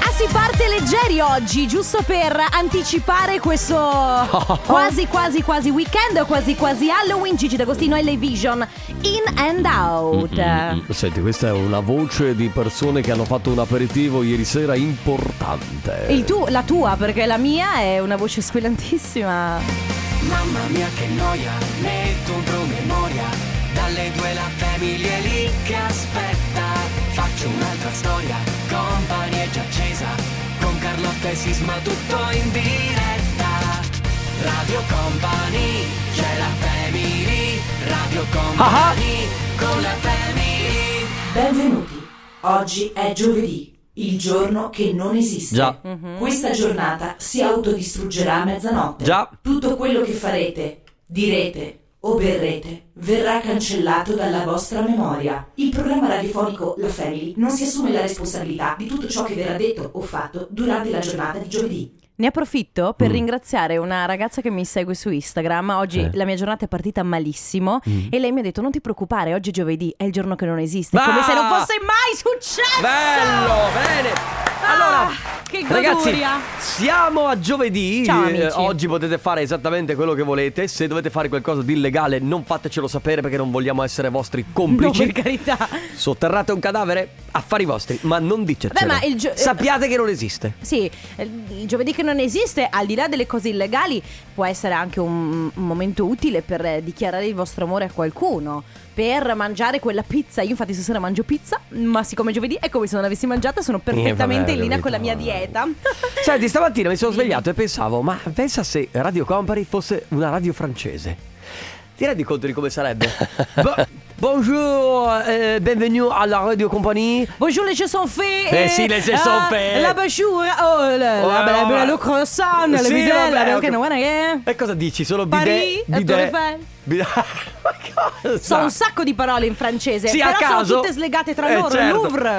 Ah, si parte leggeri oggi, giusto per anticipare questo quasi quasi quasi weekend o quasi quasi Halloween. Gigi D'Agostino e le Vision in and out. Mm, Senti, questa è una voce di persone che hanno fatto un aperitivo ieri sera importante. Il tu, la tua, perché la mia è una voce squillantissima. Mamma mia che noia, metto un promemoria Dalle due la famiglia è lì che aspetta Faccio un'altra storia, compagnia è già accesa Con Carlotta e Sisma tutto in diretta Radio Company, c'è la family Radio Company, con la family Benvenuti. Oggi è giovedì, il giorno che non esiste. Già. Questa giornata si autodistruggerà a mezzanotte. Già. Tutto quello che farete, direte o berrete verrà cancellato dalla vostra memoria. Il programma radiofonico La Family non si assume la responsabilità di tutto ciò che verrà detto o fatto durante la giornata di giovedì. Ne approfitto per ringraziare una ragazza che mi segue su Instagram. Oggi Mm. Eh. Mm. la mia giornata è partita malissimo e lei mi ha detto: Non ti preoccupare, oggi è giovedì, è il giorno che non esiste. Ah! Come se non fosse mai successo! Bello, bene. Ah, Allora, che ragazzi, goduria. siamo a giovedì. Ciao, Eh, amici. oggi potete fare esattamente quello che volete. Se dovete fare qualcosa di illegale, non fatecelo sapere perché non vogliamo essere vostri No, complici. per carità. Sotterrate un cadavere, affari vostri, ma non dicetelo. Beh, ma il gio- Sappiate che non esiste. Sì, eh, il giovedì che non esiste, al di là delle cose illegali, può essere anche un, un momento utile per eh, dichiarare il vostro amore a qualcuno, per mangiare quella pizza. Io infatti stasera mangio pizza, ma siccome è giovedì è come se non l'avessi mangiata, sono perfettamente Eh, vabbè, Cioè in linea capito. con la mia dieta. Senti, stamattina mi sono svegliato e pensavo, ma pensa se Radio Company fosse una radio francese. Ti rendi conto di come sarebbe? Bo- bonjour, eh, benvenue alla Radio Company. Bonjour les chansons faits ah, Eh sì, les chansons faits. La bachour Oh, la, la, Oh, la, vabbè. la, la croissant La Sì, bidella vabbè, Perché Eh, ho cap- non eh? guarda che E cosa dici? Solo Paris, bidet? la Tour bidet- Eiffel. bidet- Ma cosa? So un sacco di parole in francese Sì, Però a caso. sono tutte slegate tra Eh, loro certo. Louvre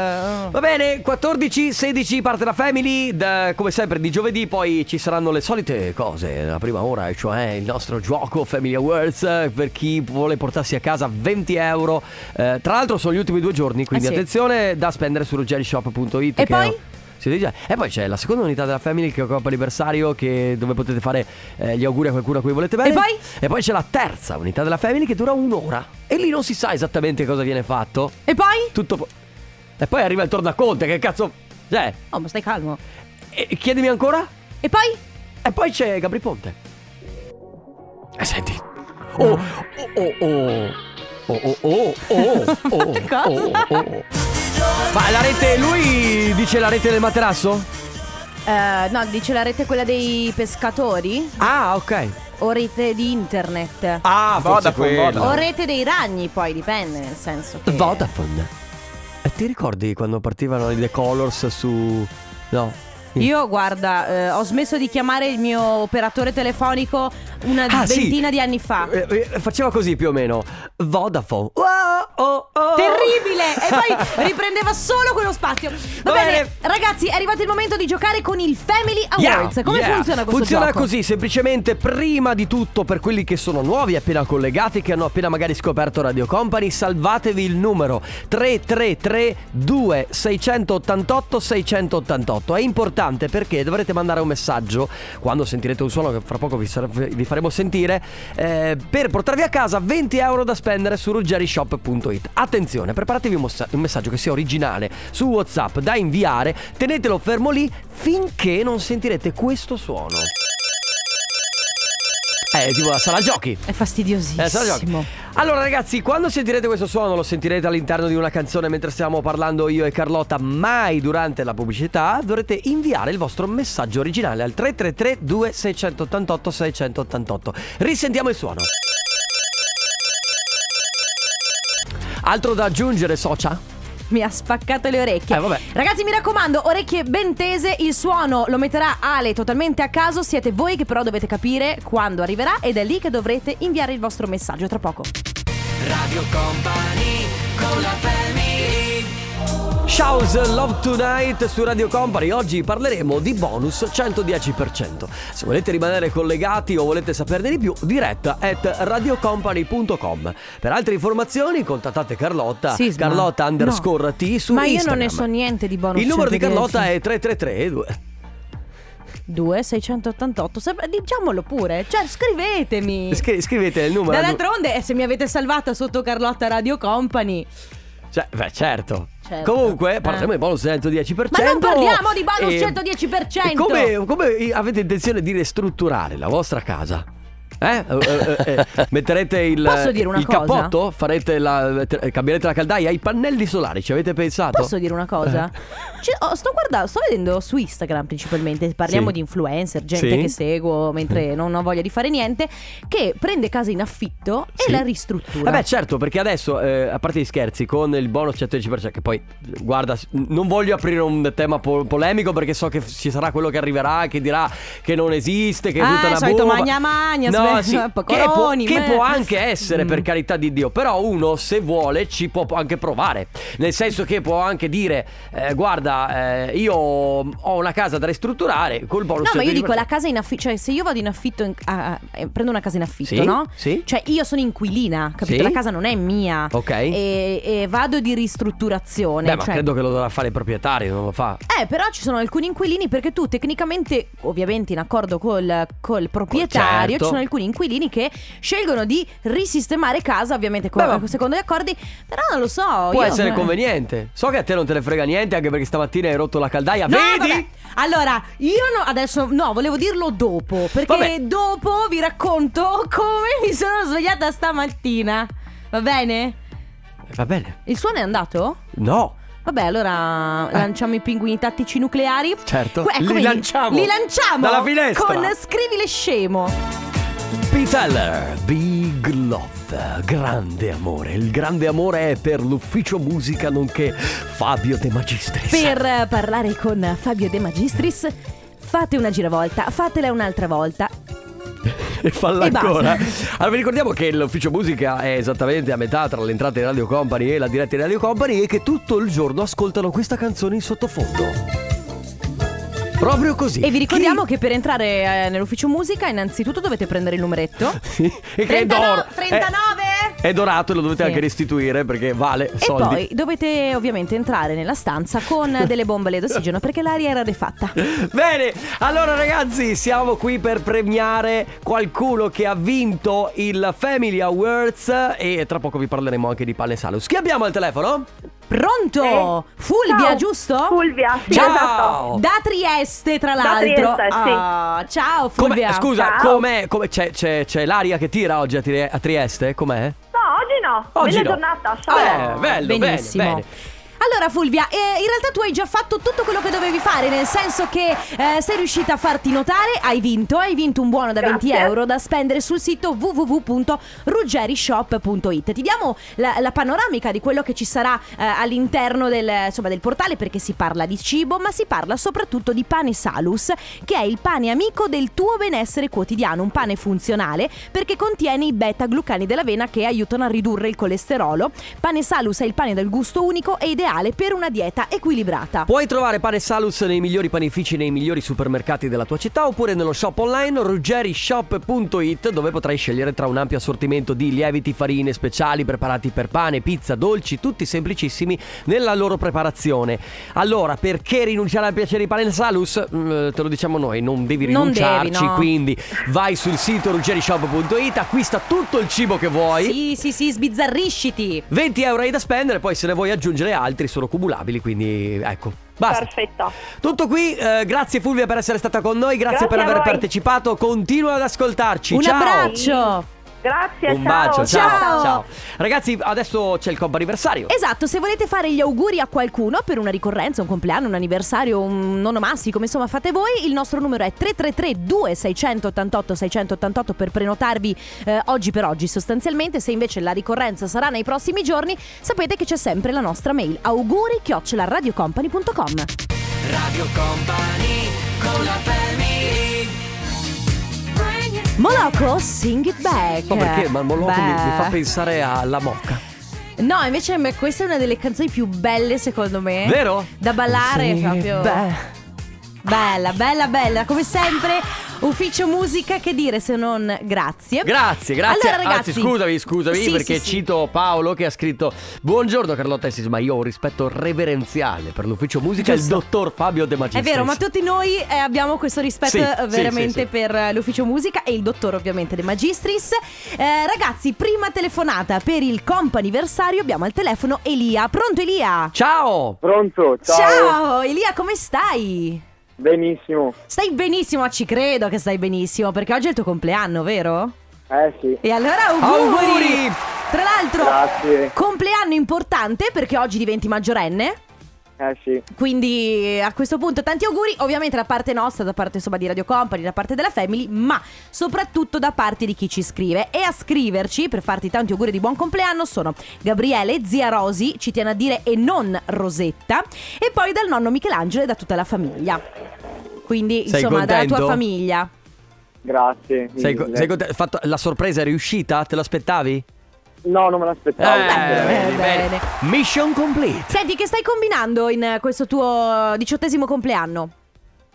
Va bene, 14, 16 parte la family, da- come sempre di giovedì, poi ci saranno le solite cose, la prima ora, e cioè il nostro gioco Family Awards eh, per chi vuole portarsi a casa 20 euro, Eh, tra l'altro sono gli ultimi due giorni, quindi Eh sì. attenzione da spendere su gelshop.it. E poi? Siete già- E poi c'è la seconda unità della Family che è Coppa Anniversario che- dove potete fare eh, gli auguri a qualcuno a cui volete bene. E poi? E poi c'è la terza unità della Family che dura un'ora. E lì non si sa esattamente cosa viene fatto. E poi? Tutto po- E poi arriva il tornaconte, che cazzo... Cioè, Oh ma stai calmo e- chiedimi ancora? E poi? E poi c'è Gabri Ponte. E senti. Oh, oh, oh, oh. Oh, oh, oh, oh, oh, oh, Cosa? oh, oh. Ma la rete, lui dice la rete del materasso? Eh, no, dice la rete quella dei pescatori Ah, ok. O rete di internet Ah, forse Vodafone, quello. Vodafone. O rete dei ragni poi, dipende nel senso che... Vodafone. E ti ricordi quando partivano i The Colors su... No. Io guarda, eh, ho smesso di chiamare il mio operatore telefonico una Ah, sì. ventina di anni fa. Eh, eh, Faceva così più o meno. Vodafone. Wow, oh, oh. Terribile! E poi riprendeva solo quello spazio. Va, Va bene. bene. ragazzi, è arrivato il momento di giocare con il Family Awards. Yeah, Come yeah. funziona questo Funziona gioco? così, semplicemente prima di tutto per quelli che sono nuovi, appena collegati, che hanno appena magari scoperto Radio Company, salvatevi il numero 333 2688 688. È importante perché dovrete mandare un messaggio quando sentirete un suono che fra poco vi, sar- vi faremo sentire eh, per portarvi a casa 20 euro da spendere su ruggerishop.it. Attenzione, preparatevi un, mossa- un messaggio che sia originale su WhatsApp da inviare, tenetelo fermo lì finché non sentirete questo suono. Eh, tipo la sala giochi. È Eh, sala giochi. fastidiosissimo. Allora ragazzi, quando sentirete questo suono lo sentirete all'interno di una canzone mentre stiamo parlando io e Carlotta, mai durante la pubblicità dovrete inviare il vostro messaggio originale al 333 2688 688. Risentiamo il suono. Altro da aggiungere, socia? Mi ha spaccato le orecchie. Eh, vabbè. Ragazzi, mi raccomando, orecchie ben tese. Il suono lo metterà Ale totalmente a caso. Siete voi che però dovete capire quando arriverà ed è lì che dovrete inviare il vostro messaggio tra poco. Radio Company, con la family Beach House Love Tonight su Radio Company. Oggi parleremo di bonus 110%. Se volete rimanere collegati o volete saperne di più, diretta at radiocompany.com. Per altre informazioni contattate Carlotta, Sisma. Ah, Carlotta No. underscore T su Ma io Instagram. non ne so niente di bonus Il numero di 110. Carlotta è 333 2 688 Sembra- diciamolo pure cioè scrivetemi Scri- scrivete il numero. Dall'altronde eh, se mi avete salvata sotto Carlotta Radio Company Cioè, beh, certo. Certo. Comunque, parliamo Eh. di bonus 110%. Ma non parliamo di bonus e- 110%. e Come, come avete intenzione di ristrutturare la vostra casa? Eh? Eh, eh, eh, eh, Metterete il, Posso dire una il cosa? cappotto? Farete la, mette- cambierete la caldaia? I pannelli solari, ci avete pensato? Posso dire una cosa? Eh. Ci- oh, sto guardando, sto vedendo su Instagram principalmente, parliamo Sì. di influencer, gente Sì. Mm. che seguo mentre non ho voglia di fare niente, che prende casa in affitto Sì. e la ristruttura. Vabbè certo perché adesso eh, a parte gli scherzi con il bonus 110% che poi eh, guarda s- non voglio aprire un tema po- polemico perché so che f- ci sarà quello che arriverà che dirà che non esiste che è Ah, tutta il una solito bomba. magna magna, no, sve- sì, che, può, pecoroni, che me- può anche essere Mm. per carità di Dio però uno se vuole ci può anche provare nel senso che può anche dire eh, guarda eh, io ho una casa da ristrutturare col bonus No, ma io 110%. dico la casa in affitto, cioè se io vado in affitto, in- a- a- eh, prendo una casa in affitto, Sì, no? sì. Cioè io sono inquilina, capito? Sì. La casa non è mia. Ok. E, e vado di ristrutturazione. Beh ma cioè- credo che lo dovrà fare il proprietario non lo fa Eh, però ci sono alcuni inquilini perché tu tecnicamente, ovviamente in accordo col, col proprietario, Certo. ci sono alcuni inquilini che scelgono di risistemare casa, ovviamente con- Beh, ma- secondo gli accordi, però non lo so. Può io- essere conveniente. So che a te non te ne frega niente, anche perché stamattina hai rotto la caldaia. No, Vedi? vabbè. Allora, io no- adesso no, volevo dirlo dopo, perché Vabbè. dopo vi racconto come mi sono svegliata stamattina. Va bene? Eh, Va bene. Il suono è andato? No. Vabbè, Eh. allora lanciamo i pinguini tattici nucleari. Certo. Que- ecco, Li vedi, lanciamo. Li lanciamo. Dalla finestra. Con scrivile scemo. Piteller, Big Love, grande amore. Il grande amore è per l'ufficio musica, nonché Fabio De Magistris. Per eh, parlare con Fabio De Magistris, fate una giravolta, fatela un'altra volta. E falla E basta. ancora. Allora, vi ricordiamo che l'ufficio musica è esattamente a metà tra l'entrata di Radio Company e la diretta di Radio Company e che tutto il giorno ascoltano questa canzone in sottofondo. Proprio così. E vi ricordiamo Chi- che per entrare eh, nell'ufficio musica, innanzitutto dovete prendere il numeretto. Sì, e che è 39, d'oro. 39? È, è dorato e lo dovete Sì. anche restituire perché vale E soldi. poi dovete ovviamente entrare nella stanza con delle bombole d'ossigeno perché l'aria era defatta. Bene, allora ragazzi, siamo qui per premiare qualcuno che ha vinto il Family Awards e tra poco vi parleremo anche di Pane Salus. Chi abbiamo al telefono? Pronto? Eh. Fulvia, Ciao, giusto? Fulvia, sì, Ciao. esatto. Da Trieste, tra Da l'altro. Trieste, sì. Ah, Ciao Com'è- Fulvia. scusa, Ciao. com'è, com'è- c'è, c'è- c'è l'aria che tira oggi a, Tri- a Trieste? Com'è? No, oggi no. Oggi Bella no. giornata. Ciao. Beh, bello, bene, Ah, benissimo. bene. Allora Fulvia, eh, in realtà tu hai già fatto tutto quello che dovevi fare, nel senso che eh, sei riuscita a farti notare, hai vinto, hai vinto un buono da 20 Grazie. euro da spendere sul sito www.ruggerishop.it. Ti diamo la, la panoramica di quello che ci sarà eh, all'interno del, insomma, del portale perché si parla di cibo, ma si parla soprattutto di pane salus, che è il pane amico del tuo benessere quotidiano, un pane funzionale perché contiene i beta glucani dell'avena che aiutano a ridurre il colesterolo. Pane salus è il pane del gusto unico e ideale per una dieta equilibrata. Puoi trovare Pane Salus nei migliori panifici, nei migliori supermercati della tua città oppure nello shop online ruggerishop.it dove potrai scegliere tra un ampio assortimento di lieviti, farine, speciali, preparati per pane, pizza, dolci, tutti semplicissimi nella loro preparazione. Allora, perché rinunciare al piacere di Pane Salus? Mm, te lo diciamo noi, non devi Non devi, rinunciarci, no. quindi vai sul sito ruggerishop.it, acquista tutto il cibo che vuoi. Sì, sì, sì, sbizzarrisciti. 20 euro hai da spendere, poi se ne vuoi aggiungere altri sono cumulabili, quindi ecco. Basta. Perfetto. Tutto qui, eh, grazie Fulvia per essere stata con noi, grazie, Grazie per a aver voi. partecipato, continua ad ascoltarci. Un ciao. abbraccio. Grazie, Un bacio, ciao. Ciao. ciao. Ragazzi, adesso c'è il comp anniversario. Esatto, se volete fare gli auguri a qualcuno per una ricorrenza, un compleanno, un anniversario, un nonomastico, come insomma fate voi, il nostro numero è 333 2688 688 per prenotarvi eh, oggi per oggi sostanzialmente, se invece la ricorrenza sarà nei prossimi giorni sapete che c'è sempre la nostra mail auguri radiocompany.com Radio Company con la family Moloco, sing it back Non so perché, ma il Moloco mi, mi fa Beh. pensare alla mocca. No, invece beh, questa è una delle canzoni più belle secondo me. Vero? Da ballare Sì, Eh? proprio. beh. Bella, bella, bella. Come sempre, ufficio musica, che dire se non grazie. Grazie, grazie. Allora, ragazzi, Anzi, scusami, scusami, Sì, perché sì, sì. cito Paolo che ha scritto: Buongiorno Carlotta Essis, ma io ho un rispetto reverenziale per l'ufficio musica e il dottor Fabio De È Magistris. vero, ma tutti noi eh, abbiamo questo rispetto Sì, eh, sì, veramente sì, sì. per eh, l'ufficio musica e il dottore ovviamente De Magistris. Eh, ragazzi, prima telefonata per il comp anniversario abbiamo al telefono Elia. Pronto Elia? Ciao! Pronto, ciao. Ciao Elia, come stai? Benissimo. Stai benissimo, ci credo che stai benissimo, perché oggi è il tuo compleanno, vero? Eh sì. E allora auguri! Auguri! Tra l'altro, Grazie. compleanno importante perché oggi diventi maggiorenne. Eh sì. Quindi eh, a questo punto tanti auguri ovviamente da parte nostra, da parte insomma di Radio Company, da parte della Family, ma soprattutto da parte di chi ci scrive. E a scriverci per farti tanti auguri di buon compleanno sono Gabriele, zia Rosi, ci tiene a dire e non Rosetta, e poi dal nonno Michelangelo e da tutta la famiglia. Quindi Sei insomma dalla contento? tua famiglia. Grazie. Sei, co- mille. sei contento? Fatto- la sorpresa è riuscita? Te l'aspettavi? Oh, No, non me Eh. l'aspettavo. Eh, beh, vedi, bene. bene. Mission complete. Senti, che stai combinando in eh, questo tuo diciottesimo compleanno?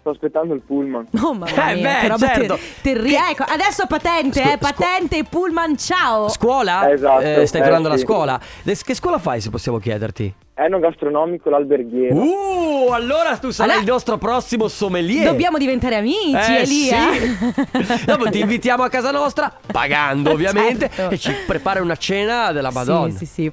Sto aspettando il pullman. Oh mamma Eh, mia, beh, che roba ter- certo. terri- ecco, adesso patente, Scu- eh, patente, pullman, ciao! Scuola? Esatto, Eh, stai eh, tornando alla sì. scuola. Le- Che scuola fai, se possiamo chiederti? Eno gastronomico l'alberghiero. Uh, allora tu sarai Allora- il nostro prossimo sommelier. Dobbiamo diventare amici, Eh, Elia. sì. eh. Dopo ti invitiamo a casa nostra, pagando ovviamente, Certo. e ci prepara una cena della Madonna. Sì, sì, sì.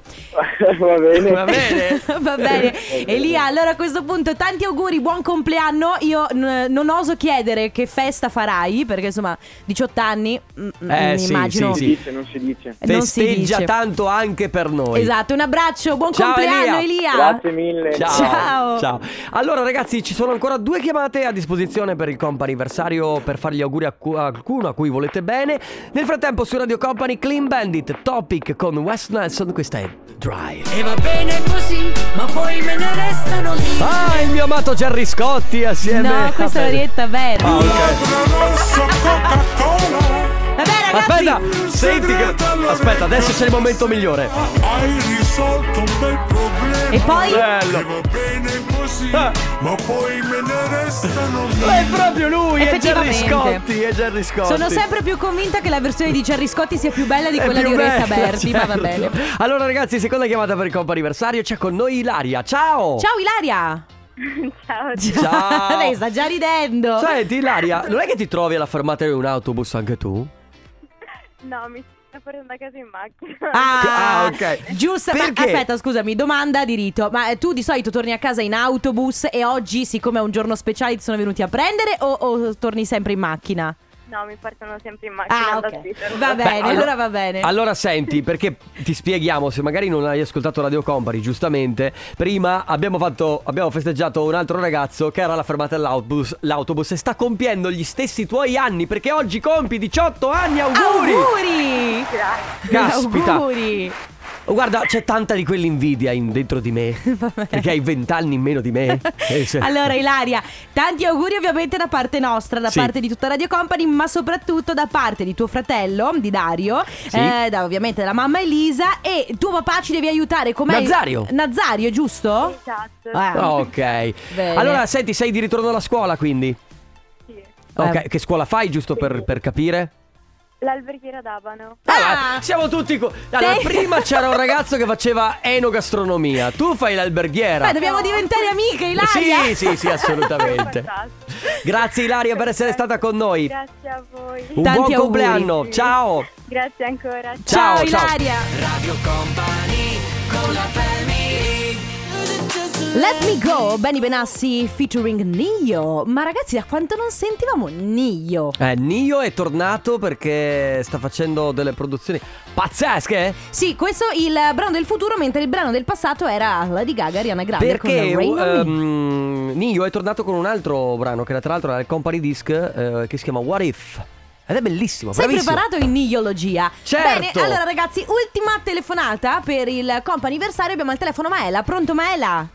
Va bene. Va bene? Va bene. Elia, allora a questo punto tanti auguri, buon compleanno. Io n- non oso chiedere che festa farai, perché insomma, 18 anni, mm, mm, Eh, sì, immagino. Non si Sì. dice, non si dice. Non si Festeggia dice. tanto anche per noi. Esatto, un abbraccio, buon Ciao, compleanno Elia. Grazie mille. Ciao. Ciao. Ciao. Allora ragazzi, ci sono ancora due chiamate a disposizione per il comp anniversario per fare gli auguri a, cu- a qualcuno a cui volete bene. Nel frattempo su Radio Company Clean Bandit Topic con Wes Nelson, questa è Drive. E va bene così, ma poi me ne restano lì. Ah, il mio amato Gerry Scotti assieme No, a questa è Fede. Orietta Berti. Ah, ok. Vabbè, ragazzi. Aspetta, senti che... Aspetta, adesso c'è il momento migliore. Hai risolto un bel problema. E poi? E Bello. va bene così, Ah. ma poi me ne restano lì. Ma è proprio lui, è Gerry Effettivamente. Scotti, è Gerry Scotti. Sono sempre più convinta che la versione di Gerry Scotti sia più bella di È quella più di Orietta bello, Berti, ma va certo. bene. Allora ragazzi, seconda chiamata per il compo anniversario, c'è con noi Ilaria. Ciao! Ciao Ilaria! Ciao. Ciao. Lei sta già ridendo. Senti Ilaria, non è che ti trovi alla fermata di un autobus anche tu? No, mi sto portando a casa in macchina. Ah, Ah, ok. Giusto, Perché? ma aspetta, scusami, domanda di rito. Ma eh, tu di solito torni a casa in autobus e oggi, siccome è un giorno speciale, ti sono venuti a prendere o, o torni sempre in macchina? No, mi portano sempre in macchina Ah, da ok. Twitter. Va bene, allo- allora va bene. Allora senti, perché ti spieghiamo, se magari non hai ascoltato Radio Company, giustamente, prima abbiamo, fatto, abbiamo festeggiato un altro ragazzo che era alla fermata dell'autobus l'autobus, e sta compiendo gli stessi tuoi anni, perché oggi compi 18 anni, auguri! Auguri! Grazie. Caspita! Auguri! Guarda, c'è tanta di quell'invidia in- dentro di me, Vabbè. perché hai 20 anni in meno di me. Eh, sì. Allora Ilaria, tanti auguri ovviamente da parte nostra, da Sì. parte di tutta Radio Company, ma soprattutto da parte di tuo fratello, di Dario, eh, da, ovviamente dalla mamma Elisa e tuo papà ci devi aiutare com'è? Nazario. Nazario, giusto? Esatto. Ah. Ok. Bene. Allora, senti, sei di ritorno alla scuola, quindi? Sì. Ok, Eh. che scuola fai, giusto per, per capire? L'alberghiera d'Abano. Ah! Ah, siamo tutti co- Allora, Sì. prima c'era un ragazzo che faceva enogastronomia. Tu fai l'alberghiera. Beh, dobbiamo diventare amiche Ilaria. Sì, sì, sì, assolutamente. Fantastico. Grazie Ilaria per essere stata con noi. Grazie a voi. Un Tanti buon auguri. compleanno. Ciao. Grazie ancora. Ciao, ciao. Ilaria. Let me go, Benny Benassi featuring Nio. Ma ragazzi, da quanto non sentivamo Nio? Eh, Nio è tornato perché sta facendo delle produzioni pazzesche. eh? Sì, questo è il brano del futuro, mentre il brano del passato era Lady Gaga, Ariana Grande Perché con Rain on Me. ehm, Nio è tornato con un altro brano che era, tra l'altro era il company disc eh, che si chiama What If. Ed è bellissimo. Sei bravissimo. preparato in niologia? Certo. Bene, allora ragazzi, ultima telefonata per il comp anniversario. Abbiamo al telefono Maela. Pronto Maela?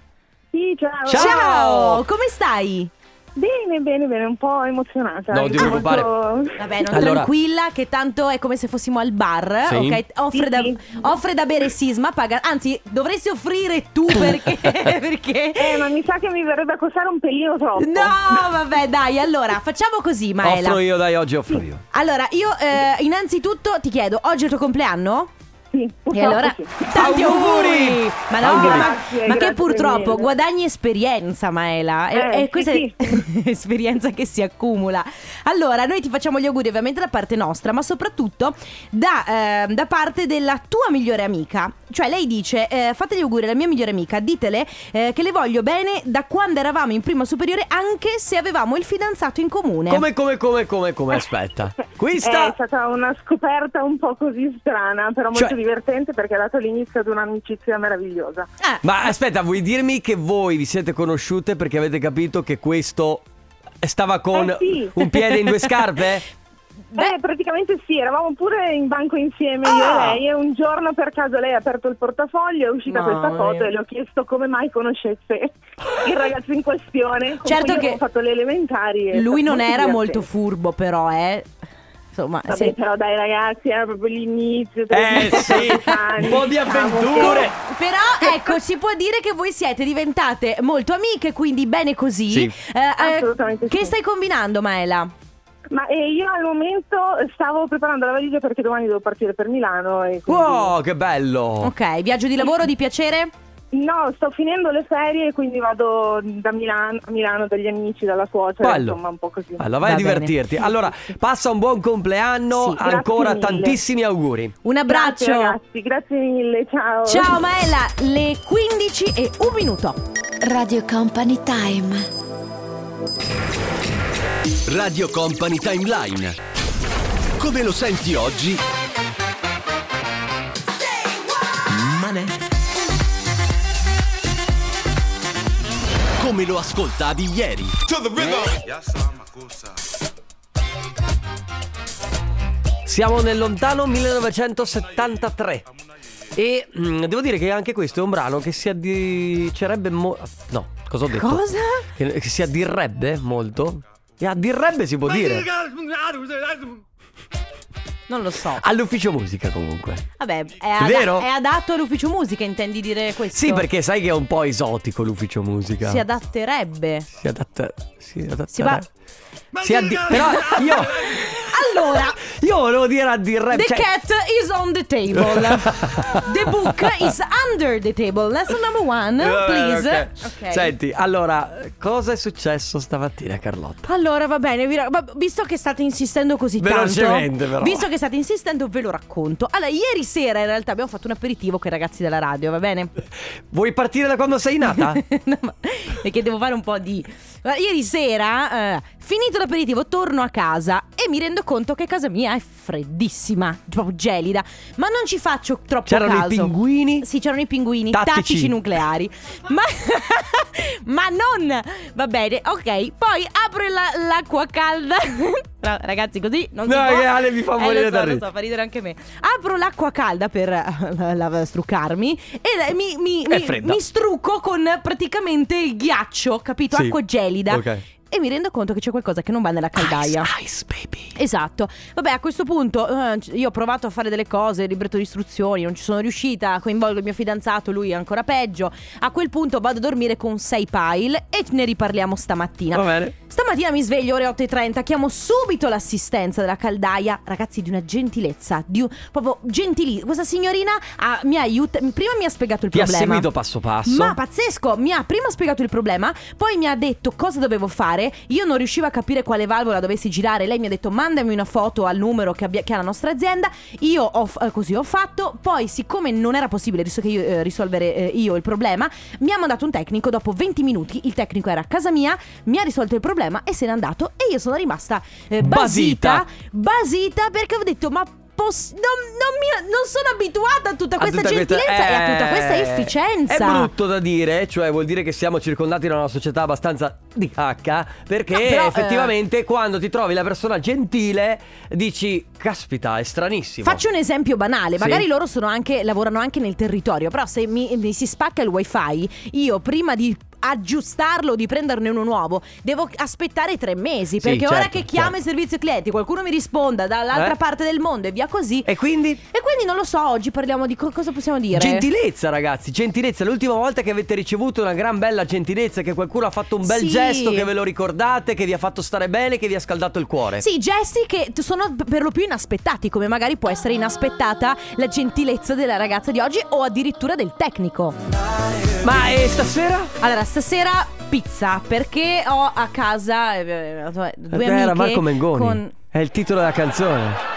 Sì, ciao. Ciao. Come stai? Bene, bene, bene, un po' emozionata. No, non ti Ah, preoccupare. molto- Vabbè, non Allora- tranquilla, che tanto è come se fossimo al bar, Sì. ok? Offre, Sì, da, sì. offre da bere sisma, paga. Anzi, dovresti offrire tu perché. perché... Eh, ma mi sa che mi verrebbe a costare un pelino troppo. No, vabbè, dai, allora facciamo così, Maela. Offro io, dai, oggi offro io. Allora, io eh, innanzitutto ti chiedo, oggi è il tuo compleanno? Sì, E purtroppo allora, sì. tanti auguri! Ma no, Auguri. ma- Grazie, ma che grazie purtroppo mille. guadagni esperienza, Maela. E, Eh, e sì, questa sì. è esperienza che si accumula. Allora, noi ti facciamo gli auguri ovviamente da parte nostra, ma soprattutto da, eh, da parte della tua migliore amica. Cioè, lei dice: eh, Fate gli auguri alla mia migliore amica, ditele eh, che le voglio bene da quando eravamo in prima superiore, anche se avevamo il fidanzato in comune. Come, come, come, come, come, aspetta. Qui È Eh, sta... stata una scoperta un po' così strana, però molto Cioè- divertente perché ha dato l'inizio ad un'amicizia meravigliosa. Ah, Ma aspetta, vuoi dirmi che voi vi siete conosciute perché avete capito che questo stava con Eh sì. un piede in due scarpe? beh, Eh, praticamente sì, eravamo pure in banco insieme io Ah! e lei e un giorno per caso lei ha aperto il portafoglio, è uscita Mamma questa foto mia. e le ho chiesto come mai conoscesse il ragazzo in questione. Con Certo cui io che avevo fatto le elementari. e lui è stato non era molto divertente. furbo, però, eh. Insomma, Vabbè, sì. però dai ragazzi, era proprio l'inizio. Eh sì, un po' di avventure. Però ecco, si può dire che voi siete diventate molto amiche, quindi bene così. Sì. Eh, eh, Assolutamente Che sì. stai combinando, Maela? Ma eh, io al momento stavo preparando la valigia perché domani devo partire per Milano. E quindi- Wow, che bello! Ok, viaggio di lavoro, di piacere? No, sto finendo le ferie, quindi vado da Milano, a Milano dagli amici, dalla suocera, Bello. insomma, un po' così. Allora vai Va a bene. divertirti. Allora, passa un buon compleanno, Sì, grazie ancora mille. tantissimi auguri. Un abbraccio. Grazie, ragazzi, grazie mille, ciao. Ciao Maela, le 15 e un minuto. Radio Company Time. Radio Company Timeline. Come lo senti oggi? Mane. Come lo ascoltavi ieri? Siamo nel lontano 1973. E mm, devo dire che anche questo è un brano che si addicerebbe mo- No, cosa ho detto? Cosa? Che, che si addirrebbe molto. E addirrebbe si può dire. Non lo so. All'ufficio musica comunque. Vabbè, è, ada- Ah, vero? è adatto all'ufficio musica, intendi dire questo? Sì, perché sai che è un po' esotico l'ufficio musica. si adatterebbe. si adatta. Si adatta. Si va- si addi- però io. Allora, Io volevo dire addirrebbe. The cioè- cat is on the table. the book is under the table. Lesson number one, Eh, vabbè, please. ok. Ok. Senti, allora, cosa è successo stamattina, Carlotta? Allora va bene, vi ra- ma visto che state insistendo così Velocemente, tanto, però. visto che state insistendo ve lo racconto. Allora, ieri sera in realtà abbiamo fatto un aperitivo con i ragazzi della radio, va bene? Vuoi partire da quando sei nata? No, ma- perché devo fare un po' di... Ma Ieri sera, eh, finito l'aperitivo, torno a casa e mi rendo conto che casa mia è freddissima, proprio gelida, ma non ci faccio troppo C'erano caso. i pinguini. Sì, c'erano i pinguini Tattici. tattici, nucleari. Ma, ma non va bene, ok. Poi apro la- l'acqua calda. No, ragazzi, così non si No, può. che Ale mi fa Eh, lo morire so, da lo ridere. so, fa ridere anche me. Apro l'acqua calda per eh, la- struccarmi e eh, mi, mi, È mi- fredda. mi strucco con praticamente il ghiaccio, capito? Sì. Acqua gelida. Ok. E mi rendo conto che c'è qualcosa che non va nella caldaia. Ice, ice, baby. Esatto. Vabbè, a questo punto eh, io ho provato a fare delle cose, il libretto di istruzioni, non ci sono riuscita, coinvolgo il mio fidanzato, lui è ancora peggio. A quel punto vado a dormire con sei pile e ne riparliamo stamattina. Va bene. Stamattina mi sveglio ore 8.30, chiamo subito l'assistenza della caldaia, ragazzi di una gentilezza, di un- proprio gentilissima. Questa signorina ha- mi aiuta, prima mi ha spiegato il Ti ha problema. seguito passo passo. Ma pazzesco, mi ha prima spiegato il problema, poi mi ha detto cosa dovevo fare, io non riuscivo a capire quale valvola dovessi girare, lei mi ha detto mandami una foto al numero che, abbia- che ha la nostra azienda, io ho f- eh, così ho fatto, poi siccome non era possibile visto che io, eh, risolvere eh, io il problema, mi ha mandato un tecnico, dopo 20 minuti il tecnico era a casa mia, mi ha risolto il problema e se n'è andato e io sono rimasta eh, Basita. basita, basita perché ho detto ma... poss- non, non mi- non sono abituata a tutta A questa tutta questa- gentilezza e a tutta Eh, questa efficienza. È brutto da dire, cioè vuol dire che siamo circondati da una società abbastanza di cacca, perché No, però, eh, effettivamente quando ti trovi la persona gentile dici, caspita, è stranissimo. Faccio un esempio banale, Sì. magari loro sono anche, lavorano anche nel territorio, però se mi, mi si spacca il wifi, io prima di aggiustarlo, di prenderne uno nuovo, devo aspettare tre mesi. Perché ora certo, che chiamo certo. i servizi clienti, qualcuno mi risponda dall'altra Eh? parte del mondo e via così. E quindi? E quindi non lo so, oggi parliamo di co- cosa possiamo dire. Gentilezza ragazzi, gentilezza, l'ultima volta che avete ricevuto una gran bella gentilezza, che qualcuno ha fatto un bel Sì. gesto, che ve lo ricordate, che vi ha fatto stare bene, che vi ha scaldato il cuore. Sì, gesti che t- sono per lo più inaspettati, come magari può essere inaspettata la gentilezza della ragazza di oggi o addirittura del tecnico. Ma e stasera? Allora, stasera pizza, perché ho a casa eh, due Eh, era amiche Marco Mengoni. con È il titolo della canzone.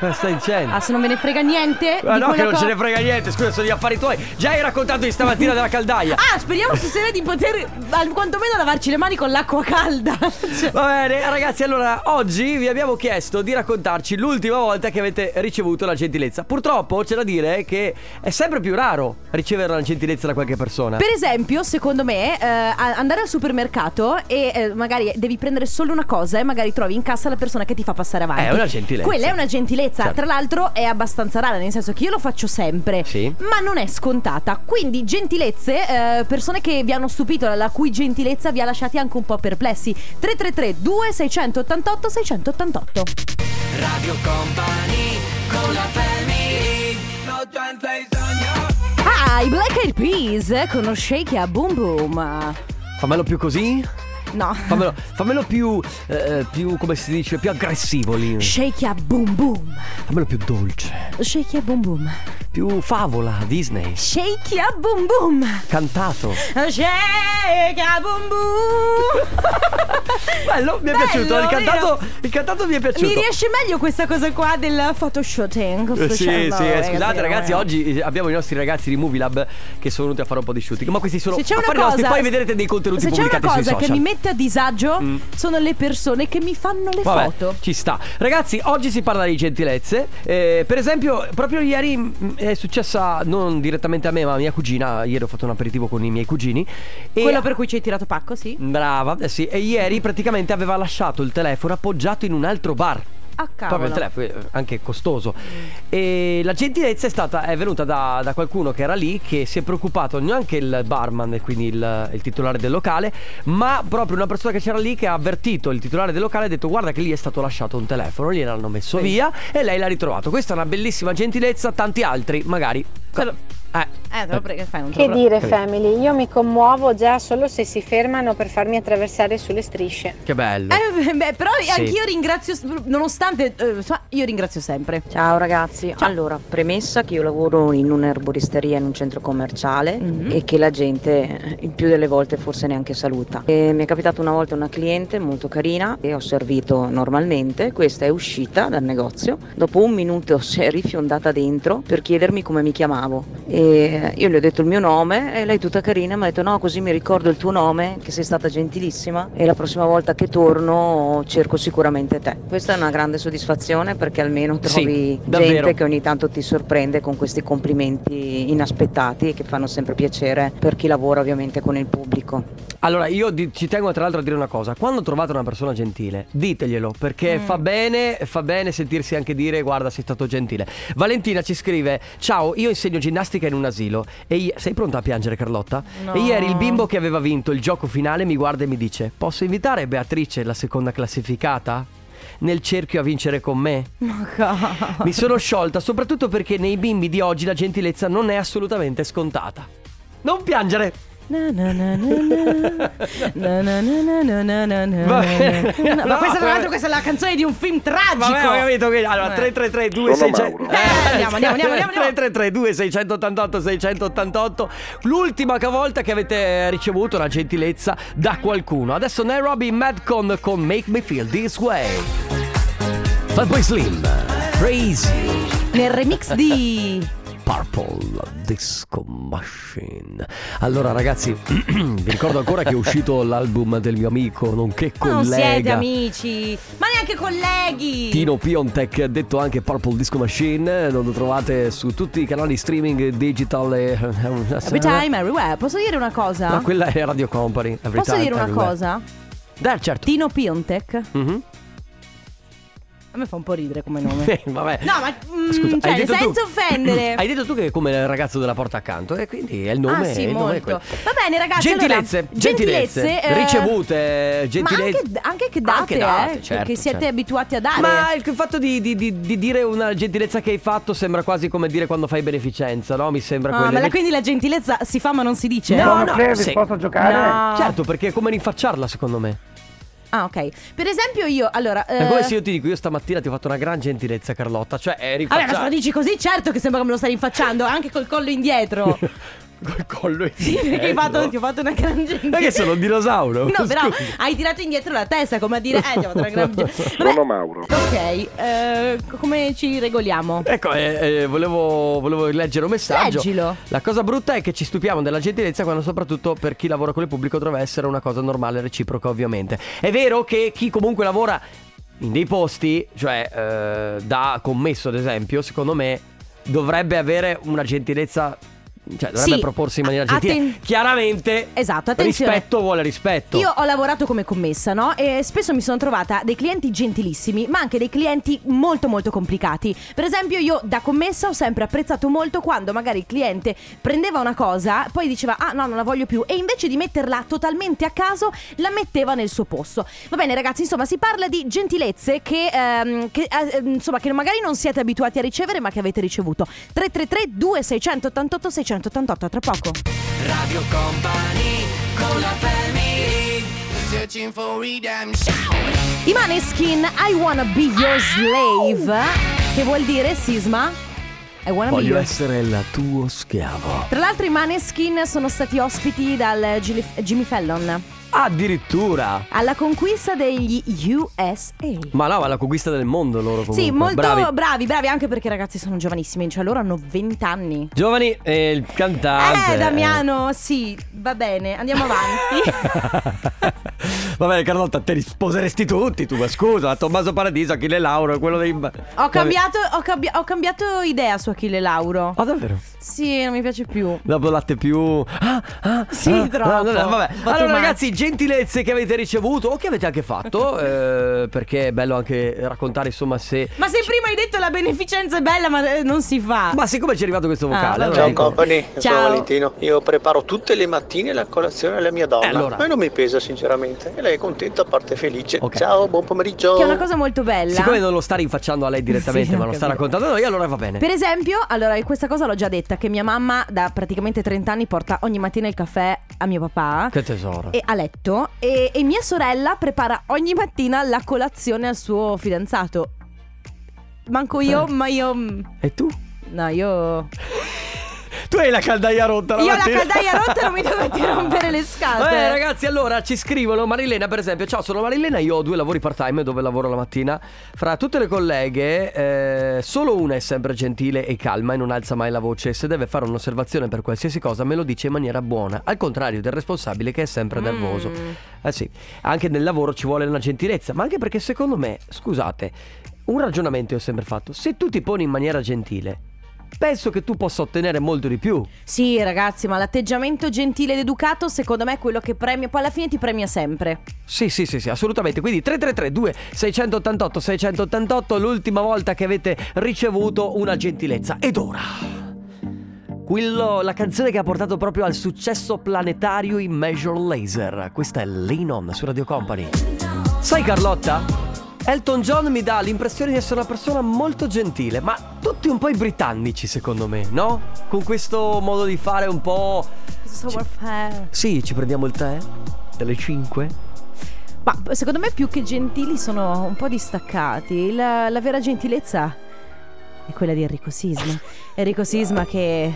Cosa stai dicendo? Ah, se non ve ne frega niente Ma di Ah, no, quella che non co- ce ne frega niente, scusa, sono gli affari tuoi. Già hai raccontato di stamattina della caldaia. Ah, speriamo stasera di poter al- quantomeno lavarci le mani con l'acqua calda. Cioè, Va bene, ragazzi, allora oggi vi abbiamo chiesto di raccontarci l'ultima volta che avete ricevuto la gentilezza. Purtroppo c'è da dire che è sempre più raro ricevere la gentilezza da qualche persona. Per esempio, secondo me, eh, a- andare al supermercato e eh, magari devi prendere solo una cosa e magari trovi in cassa la persona che ti fa passare avanti. È una gentilezza. Quella è una gentilezza. Certo. Tra l'altro è abbastanza rara, nel senso che io lo faccio sempre, Sì. ma non è scontata. Quindi gentilezze, eh, persone che vi hanno stupito, la cui gentilezza vi ha lasciati anche un po' perplessi. 333 2688 688. Ah, i Black Eyed Peas con lo shake a boom boom. Fammelo più così? No. Fammelo, fammelo più, eh, più, come si dice, più aggressivo lì. Shake a boom boom. Fammelo più dolce. Shake a boom boom. Più favola, Disney. Shake a boom boom. Cantato. Shake a boom boom. Bello, mi è Bello, piaciuto. Il cantato, il cantato mi è piaciuto. Mi riesce meglio questa cosa qua del photoshooting. Eh, Sì, sì, eh, Photoshop, scusate ragazzi, eh. oggi eh, abbiamo i nostri ragazzi di Movie Lab che sono venuti a fare un po' di shooting, ma questi sono Se c'è una affari cosa, nostri, poi vedrete dei contenuti se c'è una pubblicati cosa sui social. che Mm. mi mette a disagio sono le persone che mi fanno le Vabbè, foto. ci sta. Ragazzi, oggi si parla di gentilezze. Eh, per esempio, proprio ieri mh, è successa non direttamente a me, ma a mia cugina. Ieri ho fatto un aperitivo con i miei cugini. E Quello per cui ci hai tirato pacco, sì? Brava, eh sì. E ieri praticamente aveva lasciato il telefono appoggiato in un altro bar. Ah, Proprio cavolo. il telefono, eh, anche costoso. E la gentilezza è stata è venuta da, da qualcuno che era lì, che si è preoccupato neanche il barman, e quindi il, il titolare del locale, ma proprio una persona che c'era lì che ha avvertito il titolare del locale e ha detto guarda che lì è stato lasciato un telefono, gliel'hanno messo via e lei l'ha ritrovato. Questa è una bellissima gentilezza, tanti altri magari... Eh, Eh, te lo prego, fai un Che dire capito. family, io mi commuovo già solo se si fermano per farmi attraversare sulle strisce. Che bello. Eh, beh, però Sì. anch'io ringrazio, nonostante, eh, insomma, io ringrazio sempre. Ciao ragazzi, allora premessa che io lavoro in un'erboristeria in un centro commerciale Mhm. e che la gente eh, il più delle volte forse neanche saluta. E mi è capitata una volta una cliente molto carina che ho servito normalmente, questa è uscita dal negozio, dopo un minuto si è rifiondata dentro per chiedermi come mi chiamavo e io le ho detto il mio nome e lei tutta carina mi ha detto no così mi ricordo il tuo nome che sei stata gentilissima e la prossima volta che torno cerco sicuramente te. Questa è una grande soddisfazione perché almeno Sì, trovi davvero. gente che ogni tanto ti sorprende con questi complimenti inaspettati che fanno sempre piacere per chi lavora ovviamente con il pubblico. Allora, io di- ci tengo tra l'altro a dire una cosa. Quando trovate una persona gentile, diteglielo, perché fa bene, fa bene sentirsi anche dire guarda, sei stato gentile. Valentina ci scrive: Ciao, io insegno ginnastica in un asilo. E i- sei pronta a piangere, Carlotta? No. E ieri il bimbo che aveva vinto il gioco finale mi guarda e mi dice: Posso invitare Beatrice, la seconda classificata? Nel cerchio a vincere con me? Ma cavolo. Mi sono sciolta, soprattutto perché nei bimbi di oggi la gentilezza non è assolutamente scontata. Non piangere! Na na na na na. Na na na na na na na. Va bene. No, No, Ma questa tra vabbè. l'altro questa è la canzone di un film tragico. Vabbè, ho capito quindi, allora Eh. 333 2600 Mauro. Eh, andiamo, andiamo, andiamo, andiamo. 333 2688 688 l'ultima ca- volta che avete ricevuto una gentilezza da qualcuno. Adesso Nairobi Madcon con Make Me Feel This Way. Fatboy Slim, Crazy Nel remix di Purple Disco Machine. Allora ragazzi, vi ricordo ancora che è uscito l'album del mio amico, nonché Ma collega. Non siete amici, ma neanche colleghi. Tino Piontek, detto anche Purple Disco Machine, lo trovate su tutti i canali streaming digital e... eh, Every time, everywhere. Posso dire una cosa? Ma quella è Radio Company. Every Posso time, dire una everywhere. cosa? Dai, certo. Tino Piontek Mhm. A me fa un po' ridere come nome. Eh, Vabbè. No, ma mm, Scusa, cioè, hai detto senza tu- offendere. Hai detto tu che è come il ragazzo della porta accanto, e quindi è il ah, nome. sì, il nome è molto. quello. Va bene, ragazzi. gentilezze, allora, gentilezze, eh, ricevute, gentilezze. Ma anche, anche che date, Anche date, eh, che- certo, che siete certo. abituati a dare. Ah, Ma il fatto di, di- di- di dire una gentilezza che hai fatto sembra quasi come dire quando fai beneficenza, no? Mi sembra Ah, quello. ma la- quindi la gentilezza si fa ma non si dice. No, no, sì. No. Certo, perché è come rinfacciarla, secondo me. Ah, ok. Per esempio, io allora. È eh, come se io ti dico, io stamattina ti ho fatto una gran gentilezza, Carlotta. Cioè, è Vabbè, ma se lo rinfacciarla. dici così, certo che sembra che me lo stai rinfacciando, anche col collo indietro. Col collo in Sì, perché hai fatto, ti ho fatto una gran Ma che sono un dinosauro? No, però Scusa. hai tirato indietro la testa, come a dire, eh, ti ho fatto una gran Vabbè, Sono Mauro. Ok, eh, come ci regoliamo? Ecco, eh, eh, volevo, volevo leggere un messaggio. Leggilo. La cosa brutta è che ci stupiamo della gentilezza quando soprattutto per chi lavora con il pubblico dovrebbe essere una cosa normale e reciproca ovviamente. È vero che chi comunque lavora in dei posti, cioè eh, da commesso ad esempio, secondo me dovrebbe avere una gentilezza, cioè dovrebbe Sì, proporsi in maniera a- gentile. atten- Chiaramente Esatto, attenzione. rispetto vuole rispetto. Io ho lavorato come commessa, no? E spesso mi sono trovata dei clienti gentilissimi, ma anche dei clienti molto molto complicati. Per esempio, io da commessa ho sempre apprezzato molto quando magari il cliente prendeva una cosa, poi diceva "Ah, no, non la voglio più" e invece di metterla totalmente a caso, la metteva nel suo posto. Va bene, ragazzi, insomma, si parla di gentilezze che, ehm, che, eh, ehm, insomma, che magari non siete abituati a ricevere, ma che avete ricevuto. 333 2688 688 tra poco. Radio Company con la family Searching for redemption I Maneskin I wanna be your slave Che vuol dire sisma? I wanna be Voglio your essere la tuo schiavo. Tra l'altro i Maneskin sono stati ospiti dal Gil- Jimmy Fallon Addirittura. Alla conquista degli USA Ma no, ma la conquista del mondo loro comunque. Sì, molto Bravi. bravi. bravi, anche perché ragazzi sono giovanissimi, cioè loro hanno 20 anni. Giovani e il cantante. Eh, Damiano, sì, va bene, andiamo avanti. Va bene, Carlotta, te li sposeresti tutti. Tu, ma scusa, Tommaso Paradiso, Achille Lauro, quello dei. ho, cambiato, ho, cambi- ho cambiato idea su Achille Lauro. Ma Ah, davvero? Sì, non mi piace più. Dopo latte più. Ah, ah, Sì, ah, troppo. ah, no, no, vabbè. Fatto Allora, male. ragazzi, gentilezze che avete ricevuto o che avete anche fatto. eh, perché è bello anche raccontare, insomma, se. Ma se prima hai detto la beneficenza è bella, ma eh, non si fa. Ma siccome ci è arrivato Ah, questo vocale, allora Ciao dico- company, Ciao. sono Valentino. Io preparo tutte le mattine la colazione alla mia donna. Eh, allora. Ma non mi pesa sinceramente. E lei è contenta, parte felice. Ciao, buon pomeriggio. Che è una cosa molto bella. ecco, Siccome non lo sta rinfacciando a lei direttamente, Sì, ma ho lo sta capito. raccontando a noi, allora va bene. Per esempio, allora e questa cosa l'ho già detta, che mia mamma da praticamente 30 anni porta ogni mattina il caffè a mio papà. Che tesoro. E a letto e, e mia sorella prepara ogni mattina la colazione al suo fidanzato. Manco io, ma io... mm, E tu? No, io... Tu hai la caldaia rotta la Io la mattina. caldaia rotta non mi dovete rompere le scatole. Vabbè Eh, ragazzi allora ci scrivono Marilena per esempio Ciao sono Marilena io ho due lavori part time dove lavoro la mattina Fra tutte le colleghe eh, solo una è sempre gentile e calma e non alza mai la voce Se deve fare un'osservazione per qualsiasi cosa me lo dice in maniera buona Al contrario del responsabile che è sempre nervoso Eh sì anche nel lavoro ci vuole una gentilezza Ma anche perché secondo me scusate un ragionamento io ho sempre fatto Se tu ti poni in maniera gentile Penso che tu possa ottenere molto di più Sì ragazzi, ma l'atteggiamento gentile ed educato secondo me è quello che premia, poi alla fine ti premia sempre. Sì, sì, sì, sì, assolutamente. Quindi 3332 688 688 l'ultima volta che avete ricevuto una gentilezza. Ed ora quello, la canzone che ha portato proprio al successo planetario in Measure Laser. Questa è Lean On su Radio Company. Sai Carlotta? Elton John mi dà l'impressione di essere una persona molto gentile, ma tutti un po' i britannici secondo me, no? Con questo modo di fare un po'... Sì, ci prendiamo il tè? Dalle 5? Ma secondo me più che gentili sono un po' distaccati. La, la vera gentilezza è quella di Enrico Sisma. Enrico Sisma che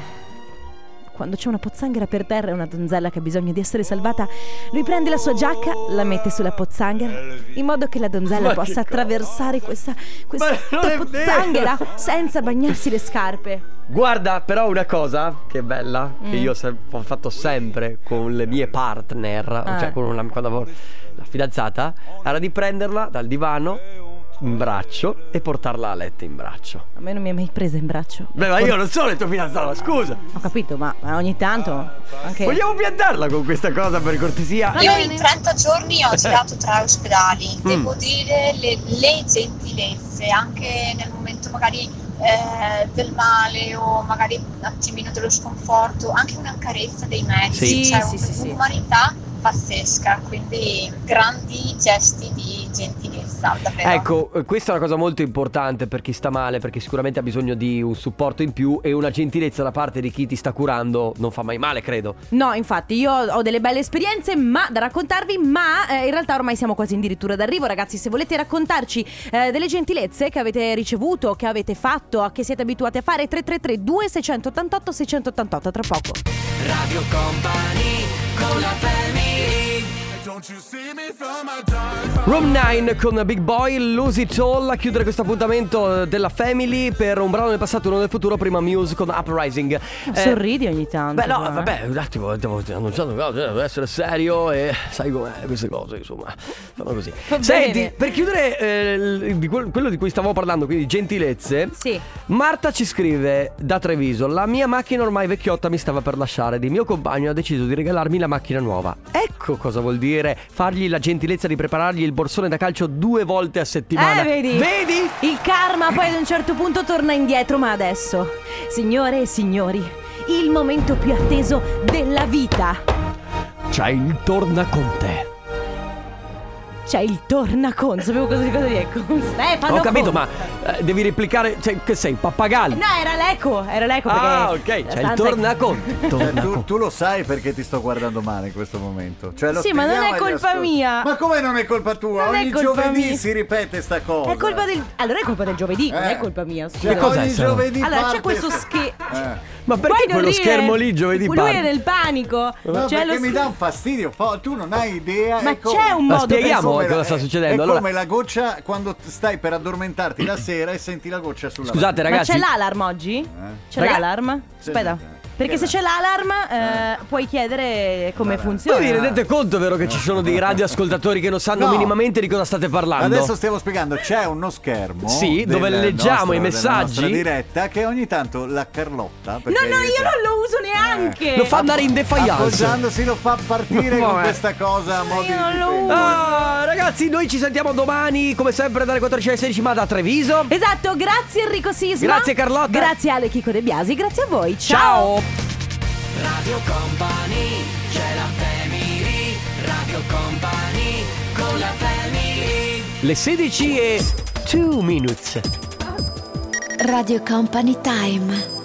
quando c'è una pozzanghera per terra e una donzella che ha bisogno di essere salvata, lui prende la sua giacca, la mette sulla pozzanghera in modo che la donzella Ma che possa cosa? attraversare questa, questa Ma non è vero! pozzanghera senza bagnarsi le scarpe. Guarda, però una cosa che è bella, che Mm. io se- ho fatto sempre con le mie partner, Ah. cioè con una, quando avevo la fidanzata, era di prenderla dal divano, in braccio e portarla a letto in braccio. A me non mi hai mai presa in braccio. Beh, ma io non sono il tuo fidanzato, scusa. Ho capito, ma, ma ogni tanto. Anche... Vogliamo piantarla con questa cosa per cortesia? Io in 30 giorni ho girato tre ospedali, Mm. devo dire le, le gentilezze, anche nel momento magari eh, del male o magari un attimino dello sconforto, anche una carezza dei medici, Sì. cioè Sì, sì, sì, sì. un'umanità pazzesca, quindi grandi gesti di gentilezza, davvero. Ecco, eh, questa è una cosa molto importante per chi sta male, perché sicuramente ha bisogno di un supporto in più e una gentilezza da parte di chi ti sta curando non fa mai male, credo. No, infatti, io ho delle belle esperienze ma, da raccontarvi, ma eh, in realtà ormai siamo quasi addirittura d'arrivo, ragazzi. Se volete raccontarci eh, delle gentilezze che avete ricevuto, che avete fatto, a che siete abituati a fare, 333 2688 688 tra poco. Radio Company con la family Room 9 con Big Boy, Lose It All a chiudere questo appuntamento eh, della Family per un brano del passato e uno del futuro, prima Muse con Uprising. Eh, Sorridi ogni tanto. Beh no, però, eh. vabbè, un attimo, devo annunciare una cosa, devo eh, essere serio e sai com'è queste cose, insomma, fanno così. Va bene. Senti, per chiudere eh, il- di quel- quello di cui stavamo parlando, quindi gentilezze, Sì. Marta ci scrive da Treviso, la mia macchina ormai vecchiotta mi stava per lasciare, di mio compagno ha deciso di regalarmi la macchina nuova. Ecco cosa vuol dire fargli la gentilezza di preparargli il borsone da calcio due volte a settimana. Eh, vedi? Vedi? Il karma poi ad un certo punto torna indietro, ma adesso, signore e signori, il momento più atteso della vita. C'è il tornaconte. C'è il tornaconte. Sapevo cosa di cosa dire. Con Stefano. Ho Conte. capito, ma eh, devi replicare, cioè, che sei, pappagallo? No, era l'eco, era l'eco perché Ah, ok, c'è il la stanza- tornaconte. Cioè, tu, tu lo sai perché ti sto guardando male in questo momento. Cioè, lo Sì, ma non spieghiamo è agli colpa ascol- mia. Ma come non è colpa tua? Non è Ogni colpa giovedì mia. si ripete sta cosa. È colpa del Allora è colpa del giovedì, non Eh. è colpa mia, scusa. Cioè, ogni giovedì Allora parte- c'è questo schermo. Eh. Ma perché quello schermo lì giovedì Lui parte? è nel panico. No, Cioè, perché lo mi sch- dà un fastidio, fo- tu non hai idea. Ma è come- c'è un Ma modo per spieghiamo Come la- cosa sta è- succedendo. eh, È Allora- come la goccia quando t- stai per addormentarti la sera e senti la goccia sulla Scusate, mattina. Ma ragazzi. c'è l'alarm oggi? C'è Raga- l'alarm? Eh. Sì, Aspetta. sì, sì. Perché se c'è l'alarm eh, puoi chiedere come funziona. Voi vi rendete conto, vero, che ci sono dei radioascoltatori che non sanno No. minimamente di cosa state parlando? Adesso stiamo spiegando, c'è uno schermo Sì, dove del leggiamo nostro- i della messaggi. nostra diretta che ogni tanto la Carlotta No, no, io non lo uso neanche. Eh. Lo fa andare in defiance. Appoggiandosi lo fa partire Ma con è- questa cosa a modo Io non di lo uso. Ah, ragazzi, noi ci sentiamo domani, come sempre, dalle 14 alle 16, ma da Treviso. Esatto, grazie Enrico Sisma. Grazie, Carlotta. Grazie Ale Chico De Biasi, grazie a voi. Ciao. Radio Company c'è la family Radio Company con la family Le 16 e 2 minutes. Radio Company Time.